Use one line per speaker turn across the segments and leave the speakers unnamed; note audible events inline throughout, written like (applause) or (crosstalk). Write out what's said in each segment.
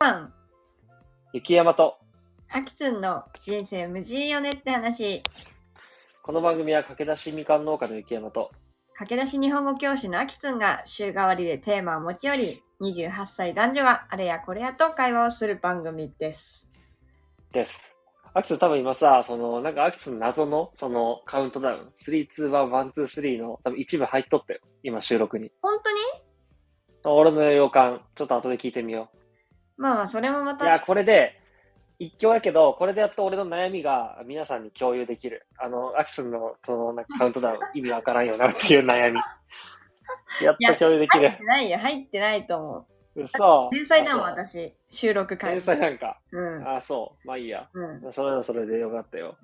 さん、
雪山と、
あきつんの人生無人よねって話、
この番組は駆け出しみかん農家の雪山と、
駆け出し日本語教師のあきつんが週替わりでテーマを持ち寄り、28歳男女があれやこれやと会話をする番組です。
です。アキス多分今さ、その、なんかアキスの謎の、その、カウントダウン、3、2、1、1、2、3の、多分一部入っとったよ。今収録に。
本当に
俺の予感、ちょっと後で聞いてみよ
まあまあ、それもま
う。いや、
た、
これで、一挙やけど、これでやっと俺の悩みが皆さんに共有できる。あの、アキスの、その、なんかカウント
(laughs)
ダウン、意味わからんよなっていう悩み。やっと共有でき
入
る
っ。てないよ、入ってないと思
嘘。
う。天才だもん、
あ。
私。収
そ
録
う
開
天
始。
才なんか。
うん。
あ、そう。まあいいや。
うん。
それはそれでよかったよ。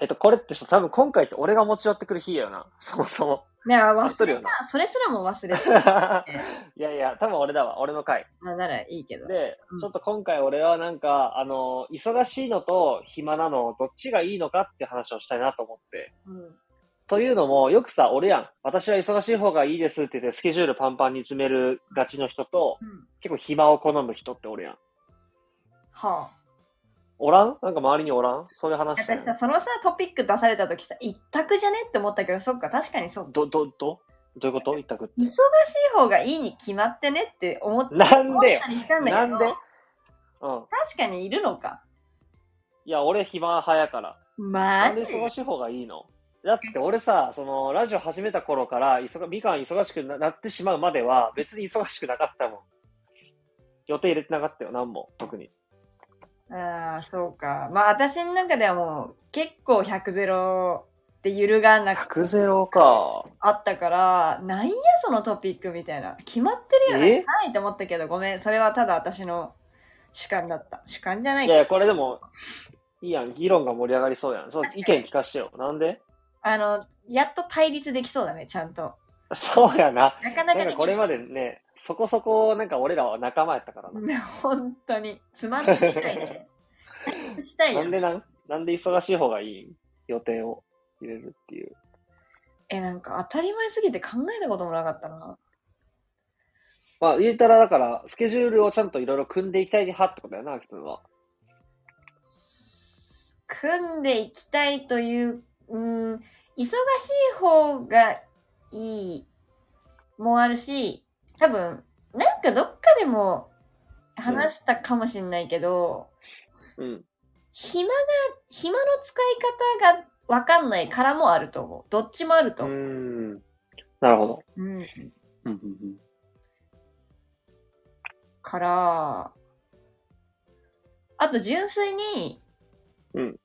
えっと、これってさ、多分今回って俺が持ち寄ってくる日やよな。 (laughs) そもそも。
ね、あ
知っとる
忘れ
よな
た。それすらも忘れた。
(laughs) いやいや、多分俺だわ。俺の回。
(laughs) まあ、ならいいけど。
で
うん、
ちょっと今回俺はなんか、あの、忙しいのと暇なの、どっちがいいのかっていう話をしたいなと思って。
うん。
というのも、よくさ、俺やん。私は忙しい方がいいですって言って、スケジュールパンパンに詰めるがちの人と、
うん。
結構暇を好む人って俺やん。
はあ。
おらんなんか周りにおらんそういう話だよ
私
ね
さ、そのさ、トピック出された時さ、一択じゃねって思ったけど、そっか、確かにそう。
ど、ど、どどういうこと一択って
忙しい方がいいに決まってねって思っ
なん
思っ
でよ
たりしたんだ
な
け
ん
ど、
で
確
うん。
かにいるのか。
いや、俺暇派やから。な
マ
ん
ジ
で忙しい方がいいのだって俺さ、その、ラジオ始めた頃から、忙みかん忙しくななってしまうまでは、別に忙しくなかったもん。予定入れてなかったよ、何も、特に。
ああ、そうか。まあ私の中ではもう結構100ゼロって揺るがなく
100ゼロか。
あったから、なんやそのトピックみたいな。決まってるよね。
え
ないと思ったけど、ごめん。それはただ私の主観だった。主観じゃない
い
けど
や、これでも、いいやん、議論が盛り上がりそうやん。そう、意見聞かしてよ。なんで
あの、やっと対立できそうだね、ちゃんと。
そうやな。
なか
な
なか
ん
で
か
き
これまでね、そこそこ、なんか俺らは仲間やったからな。
ね (laughs) 本当につまんないね。したい
なん
よ。
でなん、なんで忙しい方がいい予定を入れるっていう。
え、なんか当たり前すぎて考えたこともなかったな。
まあ、言えたら、だから、スケジュールをちゃんといろいろ組んでいきたい派ってことだよな、アキツンは。
組んでいきたいという、うん、忙しい方がいいもあるし、多分、なんかどっかでも話したかもしれないけど、
うん。
暇が、暇の使い方がわかんないからもあると思う。どっちもある
う
と
ー
思う。
ん。なるほど。
うん
うんうんうん。
から、あと純粋に、
うん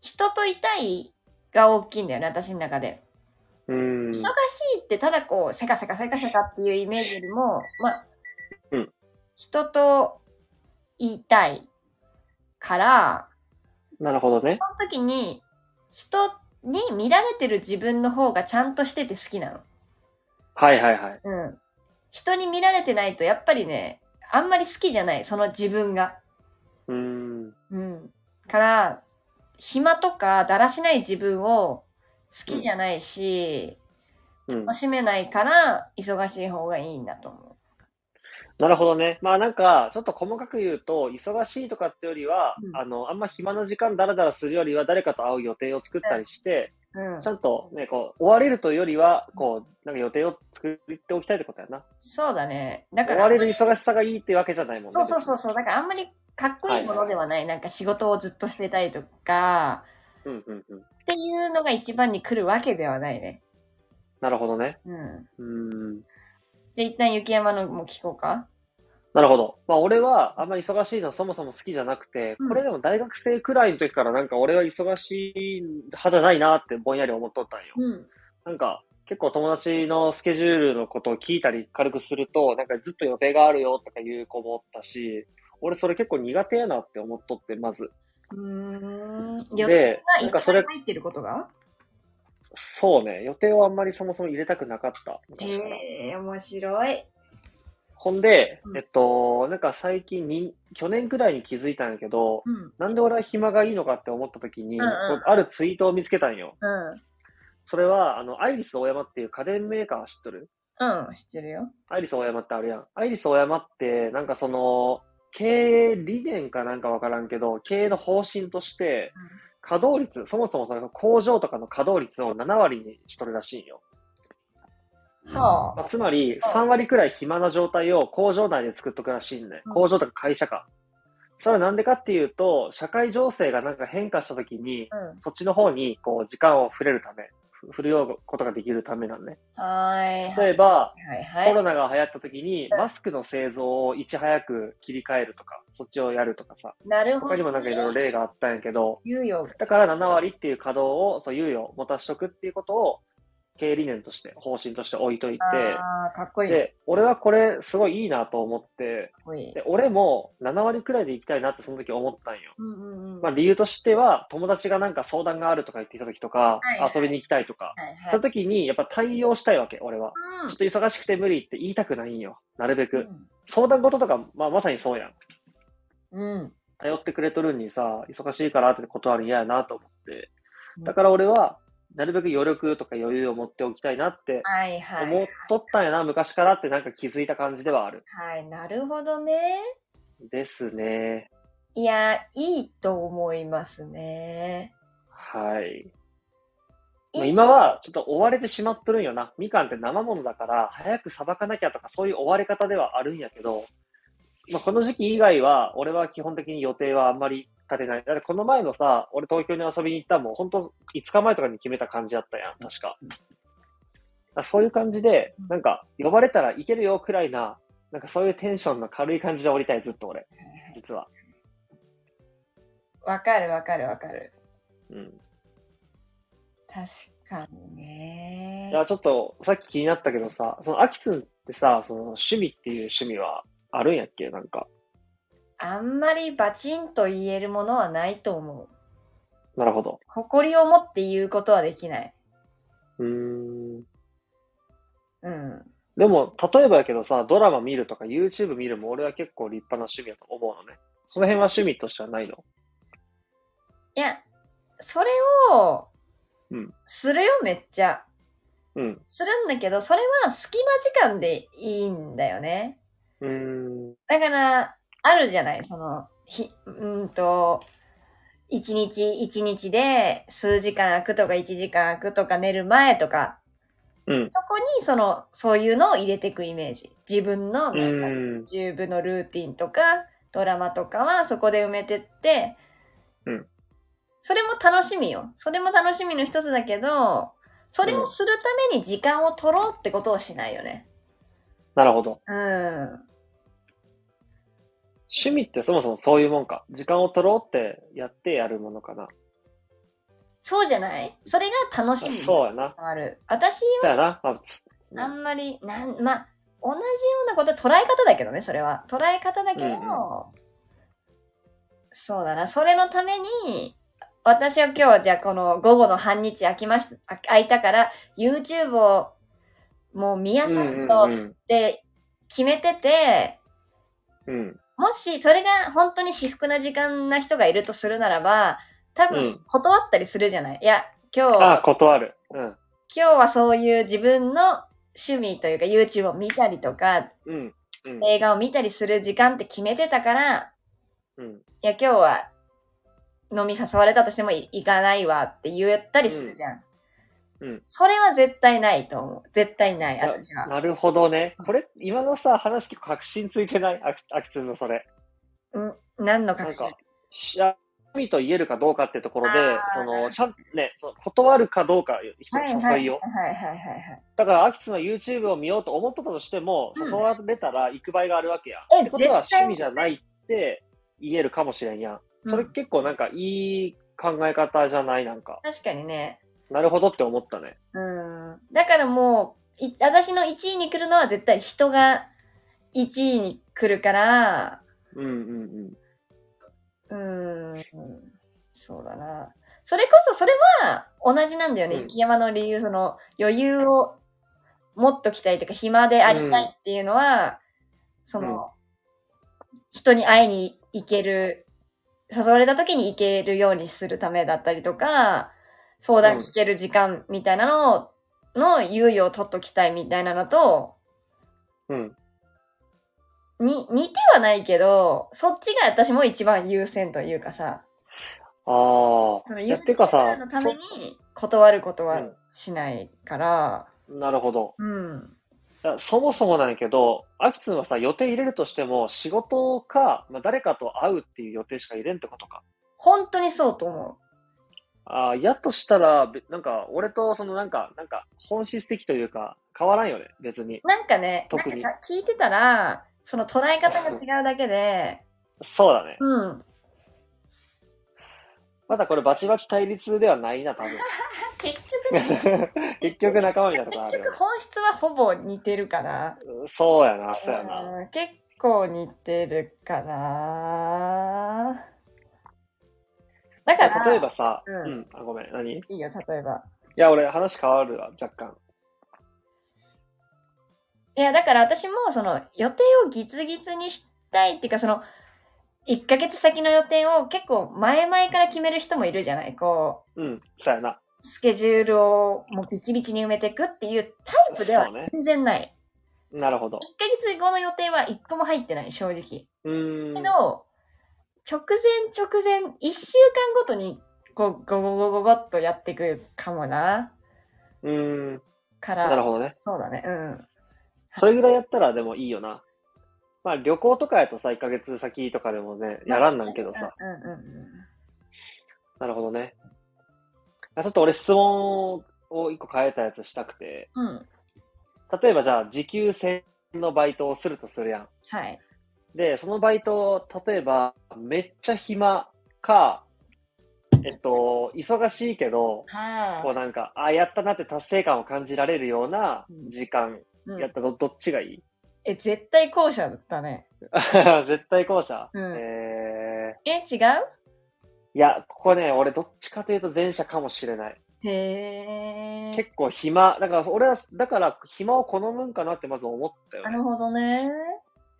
人といたいが大きいんだよね、私の中で。
うーん
忙しいってただこう、せかせかせかせかっていうイメージよりも、まあ、
うん
人と言いたいから、
なるほどね。
その時に人に見られてる自分の方がちゃんとしてて好きなの。
はいはいはい。
うん。人に見られてないとやっぱりね、あんまり好きじゃない、その自分が。
うーん。
うん。から、暇とかだらしない自分を好きじゃないし、
うん
楽、しめないから忙しい方がいいんだと思
なるほどね。まあなんか、ちょっと細かく言うと、忙しいとかってよりは、
うん
あの、あんま暇な時間だらだらするよりは、誰かと会う予定を作ったりして、
う。うん
ちゃ。んとね、こう、追われるというよりは、こう、なんか予定を作っておきたいってことやな。
そうだね。だか
追
ら
わ、れる忙しさがいいってわけじゃないもんね。
そうそうそうそう。だからあんまりかっこいいものではない。なんか仕事をずっとしてたりとか、
うんうんうん。
っていうのが一番に来るわけではないね。
なるほどね。
うん。
うーん。
じゃあ一旦雪山のも聞こうか。
なるほど。まあ俺はあんまり忙しいのそもそも好きじゃなくて、
うん
これでも大学生くらいの時からなんか俺は忙しい派じゃないなってぼんやり思っとったんよ。
うん。
なんか結構友達のスケジュールのことを聞いたり軽くすると、なんかずっと予定があるよとかいう子もおったし、俺それ結構苦手やなって思っとって、まず。
うーん。
で
予定がい
なん
っぱ
か
い
それ
入ってることが
そうね、予定をあんまりそもそも入れたくなかった。昔から
へえー、面白い。
ほんで
う、ん
えっと、なんか最近に、去年くらいに気づいたんやけど、
うん。うん。
なんで俺は暇がいいのかって思った時に、
うんうん
こうあるツイートを見つけたんよ。
うん。
それは、あの、アイリスオーヤマっていう家電メーカー知っとる
うん、知ってるよ。
アイリスオーヤマってあるやん。アイリスオーヤマって、なんかその、経営理念かなんかわからんけど、経営の方針として
うん、
稼働率、そもそもその工場とかの稼働率を7割にしとるらしいんよ。
は
まあ、つまり、3割くらい暇な状態を工場内で作っとくらしいんね
う。ん
工場とか会社か。それはなんでかっていうと、社会情勢がなんか変化した時に、
あ。うん。
そっちの方にこう時間を振れるため、ふ振るようことができるためなんね。
はーい。は
例え
い
ば、
は
コロ
いはい。
ナが流行った時に、マスクの製造をいち早く切り替えるとか、そっちをやるとかさ、
なるほど。
他にもなんかいろいろ例があったんやけど、
言うよ。
だから7割っていう稼働を、そう、猶予を持たしとくっていうことを、経営理念として、方針として置いといて、
ああ、かっこいいね。
で、俺はこれすごいいいなと思って
か、っこいい。
で、俺も7割くらいで行きたいなってその時思ったんよ。
うんうんうん。
まあ
はい
理由としては、友達がなんか相談があるとか言ってきた時とか、
はいはい
遊びに行きたいとか、
は
そ
い
の。時にやっぱ対応したいわけ、俺は。ちょっと忙しくて無理って言いたくないんよ。なるべく。相談事とか、まあ、まさにそうやん。
うん。うん。
頼ってくれとるんにさ、忙しいからって断るん嫌やなと思って。だから俺は、なるべく余力とか余裕を持っておきたいなって
はいはい。
思っとったんやな、昔からってなんか気づいた感じではある。
はい、なるほどね。
ですね。
いや、いいと思いますね。
はい。
いい
まあ今は、ちょっと追われてしまっとるんよな。みかんって生ものだから、早くさばかなきゃとか、そういう追われ方ではあるんやけど、まあ、この時期以外は、俺は基本的に予定はあんまり立てない。だからこの前のさ、俺東京に遊びに行ったのも、本当5日前とかに決めた感じだったやん、確か。だからそういう感じで、なんか、呼ばれたらいけるよくらいな、なんかそういうテンションの軽い感じで降りたい、ずっと俺、実は。
わかるわかるわかる。
うん。
確かにね
い。や、ちょっと、さっき気になったけどさ、その、アキツンってさ、その、趣味っていう趣味はあるんやっけなんか。
あんまりバチンと言えるものはないと思う。
なるほど。
誇りを持って言うことはできない。
うーん。
うん。
でも、例えばやけどさ、ドラマ見るとか YouTube 見るも俺は結構立派な趣味だと思うのね。その辺は趣味としてはないの
いや、それを
うん、
するよ、めっちゃ。
うん。
するんだけど、それは隙間時間でいいんだよね。
うーん。
だから、あるじゃない、その、ひ、うんと、一日一日で数時間空くとか一時間空くとか寝る前とか、
うん。
そこにその、そういうのを入れていくイメージ。自分
う
のなんか
ーん。
YouTube のルーティンとか、ドラマとかはそこで埋めてって、
うん
それも楽しみよ。それも楽しみの一つだけど、それをするために時間を取ろうってことをしないよね。
なるほど。
うん。
趣味ってそもそもそういうもんか。時間を取ろうってやってやるものかな。
そうじゃないそれが楽しみ。
そうやな。
ある。私、
そうやな。まあつうん
あんまり、なん、まあ、同じようなこと、捉え方だけどね、それは。捉え方だけど、
うん
そうだな、それのために、私は今日はじゃあこの午後の半日空きました、あ空いたから、YouTube をもう見やさずと
う
っ
ん
て決めてて、
うんうん。
もしそれが本当に至福な時間な人がいるとするならば、多
う
分
ん
断ったりするじゃない、いや、今日
ああ、断る。うん。
今日はそういう自分の趣味というか YouTube を見たりとか
うん。うん。
映画を見たりする時間って決めてたから
うん。
いや今日は飲み誘われたとしてもい行かないわって言ったりするじゃん、
うんうん
それは絶対ないと思う絶対ない
や
私は
なるほどね。これ、今のさ、話結構確信ついてないあきあきつんのそれ。
うん何
な
の
ん
確
か
信、
し趣味と言えるかどうかってところで
あー、
その、ちゃん、ね、その断るかどうか、人
はい
の
はいは
誘い
い
を。
はいはいはい
だから、アキツの YouTube を見ようと思ってたとしても、
うん
誘われたら行く場合があるわけや。
え
ってことは
絶対
趣味じゃないって言えるかもしれんやん。それ
うん
結構なんかいい考え方じゃないなんか。
確かにね
なるほどって思ったね。
うんだからもうい私の1位に来るのは絶対人が1位に来るから
うんうん
うーん、そうだな。それこそ、それは同じなんだよね。
うん
雪山の理由、その余裕を持っときたいというか、暇でありたいっていうのは、その、人に会いに行ける、誘われた時に行けるようにするためだったりとか、相談聞ける時間みたいなのをの猶予を取っときたいみたいなのと、
うん。
に、似てはないけど、そっちが私も一番優先というかさ、
あ
その
あ。
優
やっ
先
てかさ
の、ために断ること
う
は
ん
しないから、
そなるほど。
うん。
いやそもそもなんやけど、アキツンはさ、予定入れるとしても、仕事か、まあ、誰かと会うっていう予定しか入れんってことか。
本当にそうと思
ああ、やっとしたら、べなんか、俺と、そのなんか、なんか、本質的というか、変わらんよね、別に。
う。なんかね、なん
特
か
に
さ、聞いてたら、その捉え方が違うだけで、
そうだね。
うん。
まだこれ、バチバチ対立ではないな、多
結局 (laughs)
分。結局仲間みたいなとこある
結
よね
局。本質はほぼ似てるかな。
そうやな、そうやな。
うん結構似てるかな。だから、
例えばさ、
うん
うん、あ、ごめん、何い
いいよ、例えば。
や、俺、話変わるわ、若干。
いや、だから私もその予定をギツギツにしたいっていうか、その1ヶ月先の予定を結構前々から決める人もいるじゃない。こ
うん、そうやな。
う、スケジュールをもうビチビチに埋めていくっていうタイプでは
そうね
全然ない。
なるほど。
1ヶ月後の予定は1個も入ってない、正直。
うーん。
けど、直前直前、1週間ごとに、こう、ゴゴゴゴゴっとやっていくかもな。
うーん。
から。
なるほどね。
そうだね。うん。
それぐらいやったらでもいいよな。まあ旅行とかやとさ、1ヶ月先とかでもね、やらんなんけどさ。
うんうんうん。
なるほどね。あちょっと俺質問を一個変えたやつしたくて、
うん。
例えばじゃあ時給1000のバイトをするとするやん。
はい。
で、そのバイト、例えばめっちゃ暇か、えっと、忙しいけど、
は
こうなんか、あやったなって達成感を感じられるような時間、
い、うん
やったど、どっちがいい
(laughs) え、絶対後者だったね。
絶対後者。
うん
え
え、違
ー、いや、ここね、俺どっちかというと前者かもしれない。
うへえ。
結構暇、だから俺は、だから暇を好むんかなってまず思ったよ
な
ね。
るほどね。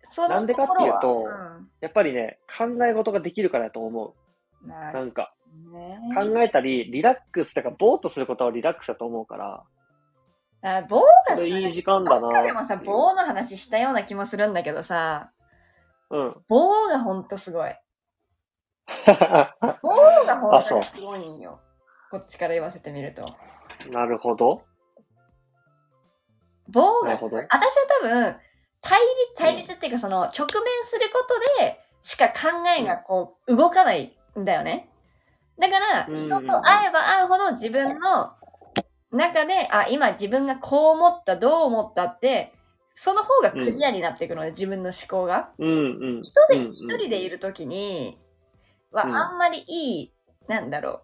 そ
なんでかっていうと
うん
やっぱりね、考え事ができるからやと思
な
う。
る
なんか、
ほどね。
考えたり、リラックスとか、ぼーっとすることはリラックスだと思うから、
あ、棒
そ
が
れいい
さ、
時間だな
なん
っ
か
てい
で
う。
もさ、棒の話したような気もするんだけどさ、
うん。
棒がほんとすごい。棒がほん
あ
と
そう
にすごいんよ。こっちから言わせてみると。
(laughs) なるほど。
棒がすご。
ないる
私は多分、対立、対立っていうかその、直面することでしか考えがこう、動かないんだよね。だから、
うん
人と会えば会うほど自分の中で、あ、今自分がこう思った、どう思ったって、その方がクリアになっていくので、自分の思考が。
うんうん。
一人、
うんうん
一人でいるときには、
うん
あんまりいい、なんだろ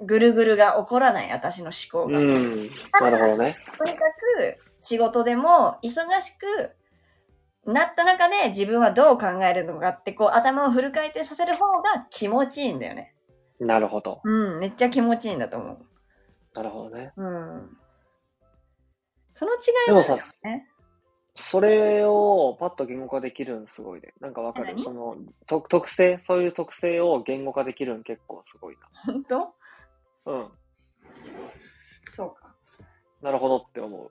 う、ぐるぐるが起こらない、私の思考が。
うん。なるほどね。
とにかく仕事でも忙しくなった中で自分はどう考えるのかってこう頭をフル回転させる方が気持ちいいんだよね。
なるほど。
うん、めっちゃ気持ちいいんだと思
なるほどね。
う。うん。その違いはあるよ
でもさ
ね。
それをパッと言語化できるんすごいね。なんかわか
え
る。
何
そのと特性、そういう特性を言語化できるん結構すごい
本当
な。うん。
そうか。
なるほどって思う。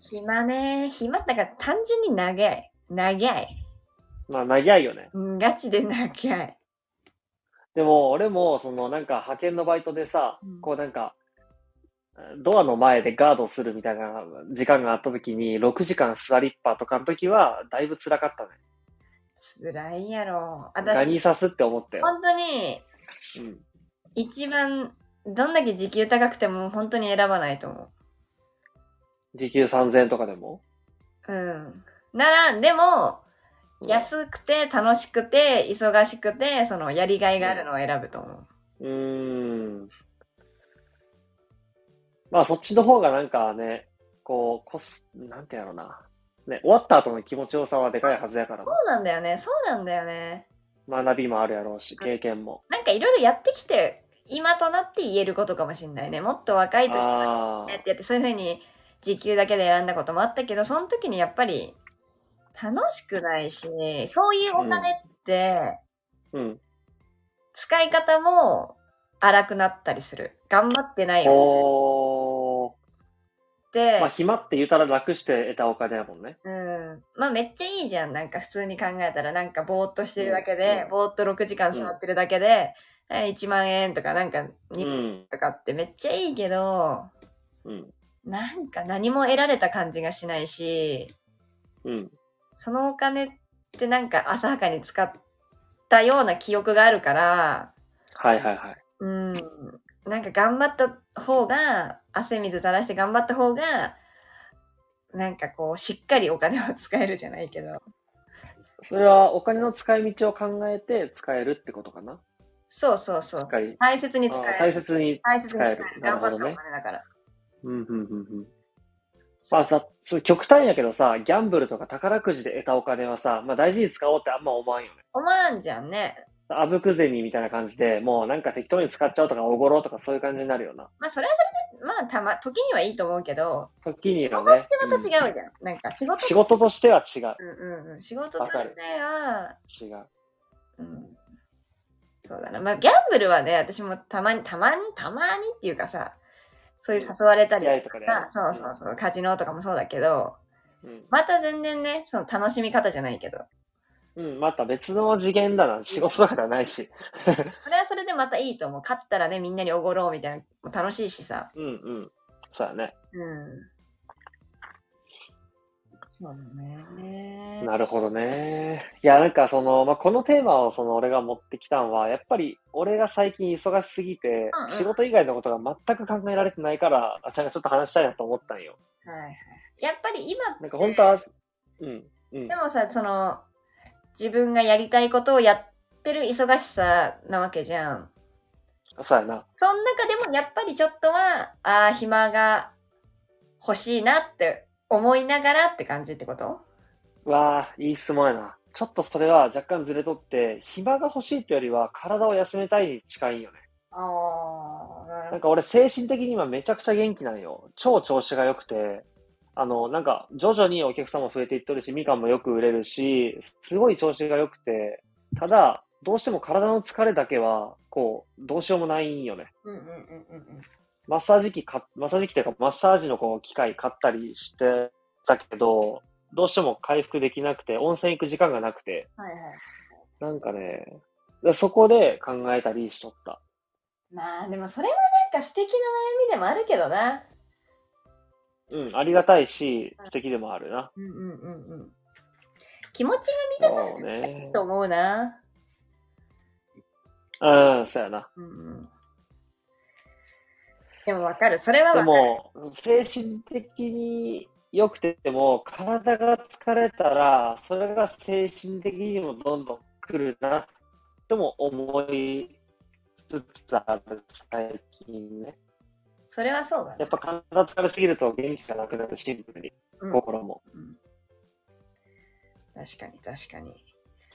暇ね。暇だから単純に長い。長い。
まあ、長いよね。
うん、ガチで長い。
でも、俺も、そのなんか派遣のバイトでさ
うん、
こうなんか、ドアの前でガードするみたいな時間があった時に、6時間座りっぱとかの時は、だいぶ辛かったね。
辛いやろ。
ガニ
私、
刺すって思ったよ。
本当に
うん。
一番どんだけ時給高くても本当に選ばないと思う。
時給3000円とかでも。
うん。なら、でも、
うん
安くて、楽しくて、忙しくて、その、やりがいがあるのを選ぶと思
う
う。
ーん。まあ、そっちの方がなんかね、こう、こす、なんてやろうな。ね、終わった後の気持ちよさはでかいはずやから
そ、うなんだよね、そうなんだよね。
学びもあるやろうし、経験も。
なんかいろいろやってきて、今となって言えることかもしれないね。もっと若い時にや
ああ、
ってやって、そういうふうに時給だけで選んだこともあったけど、その時にやっぱり、楽しくないし、そういうお金って、
うん。
使い方も荒くなったりする。頑張ってないよ。
おー、
て、
まあ、暇って言うたら楽して得たお金やもんね。
うん、まあめっちゃいいじゃんなんか普通に考えたらなんかぼーっとしてるだけで、
うん
ぼーっと6時間座ってるだけで、はい1万円とかなんか
う
2
ん。
とかってめっちゃいいけど、
うん。
なんか何も得られた感じがしないし
うん。
そのお金ってなんか浅はかに使ったような記憶があるから
はいはいはい。
うんなんか頑張った方が汗水垂らして頑張った方がなんかこうしっかりお金を使えるじゃないけど
それはお金の使い道を考えて使えるってことかな。
そうそうそう
使
そう
い。
大切に使
あー
え
大
る
切に。
大切に使える
使える
頑張った
な
お
るほどね
金だから、
うん、うん、うん、うん。まあさ、そう極端やけどさ、ギャンブルとか宝くじで得たお金はさ、まあ大事に使おうってあんま思わんよね。
思わんじゃんね
あぶく銭みたいな感じで、もうなんか適当に使っちゃうとか、おごろうとかそういう感じになるよな。
まあそれはそれでまあたま時にはいいと思うけど
時に
仕
は
事っ
ね
て。また違うじ
うん
ゃん、なんか仕事
仕事としては違う。
うんうんうん、仕事としては、
違う。
うん、そうだな。まあ、ギャンブルはね、私もたまに、たまに、たまにっていうかさ、そういう誘われたり
うん
と
付き合い
か
とか
さ、
ね
そうそうそう、カジノとかもそうだけど、
うん。
また全然ね、その楽しみ方じゃないけど、
うん、また別の次元だな。仕事とかではないし。
それはそれでまたいいと思う。勝ったらね、みんなにおごろうみたいなのも楽しいしさ。
うんうん。そうだね。
うん。そうだね。
なるほどね。いや、なんかその、まあ、このテーマをその俺が持ってきたんは、やっぱり俺が最近忙しすぎて
うんうん、
仕事以外のことが全く考えられてないから、あ、なんかちょっと話したいなと思ったんよ。
はいはい。やっぱり今
なんか本当は、うん、うん
で。もさその自分がやりたいことをやってる忙しさなわけじゃん。
そうやな。
その中でもやっぱりちょっとはああ暇が欲しいなって思いながらって感じってこと
わあ、いい質問やな。ちょっとそれは若干ずれとって、暇が欲しいというよりは体を休めたいに近いんよね。
ああな
なんか俺精神的に今めちゃくちゃ元気なんよ。超調子が良くて、あの、なんか徐々にお客さんも増えていっとるし、みかんもよく売れるし、すごい調子が良くて、ただ、どうしても体の疲れだけは、こう、どうしようもないんよね。
うんうんうんうんうん。
マッサージ機か、マッサージ機というか、マッサージのこう、機械買ったりしてたけど、どうしても回復できなくて、温泉行く時間がなくて、
はいはい。
なんかね、そこで考えたりしとった。
まあでもそれはなんか素敵な悩みでもあるけどな。
うん、ありがたいし、素敵でもあるな。
うんうんうんうん。気持ちが満たされ
そうね
る。と思うな。
うん、そうやな。
うんうん。でもわかる。それは
で
わかる。
も、精神的に良くても、体が疲れたら、それが精神的にもどんどん来るな、とも思いつつある、最近ね。
それはそうだね
やっぱ体疲れすぎると元気がなくなる、シンプルに、
うん
心も。
うん確かに確かに。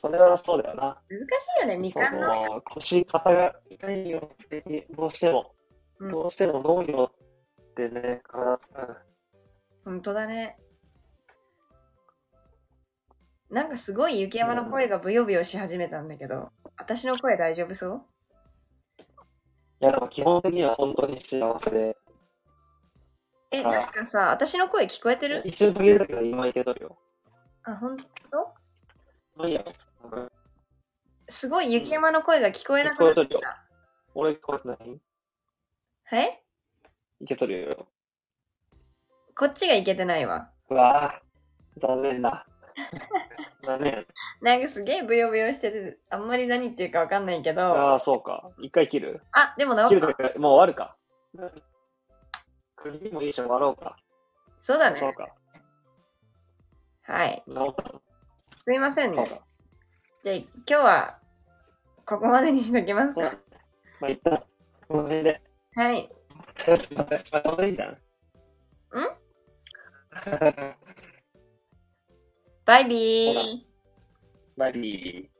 それはそうだよな。
難しいよね、み
そ
かんの。
の腰、肩が痛いよって、どうしても。
うん
どうしても農業ってね、体使う
本当だね。なんかすごい雪山の声がブヨブヨし始めたんだけど、私の声大丈夫そう
いや、でも基本的には本当に幸せで、
え、
あ
なんかさ、私の声聞こえてる
一瞬途切れたけど今いけとるよ。
あ、ほんと
まあいいや、うん
すごい雪山の声が聞こえなくなってき
聞こ
た。
俺聞こえてない
え
いけとるよ。
こっちがいけてないわ。
うわぁ、残念 (laughs) だ。残念。
なんかすげえブヨブヨしてて、あんまり何言ってるかわかんないけど。
ああ、そうか。一回切る
あ、でも治
切
っ
るとい
た。
うか、もう終わるか。国もいいし、終わろうか。
そうだ
そう
ね。
か。
はい。
治った
すいません
そう
ね。
か。
じゃあ今日はここまでにしときます
そう
か。
まあ、一旦、この辺で。
はい。
すいませんあ悪いじゃん。ん
バイビ
ほ
ー。
バイビー。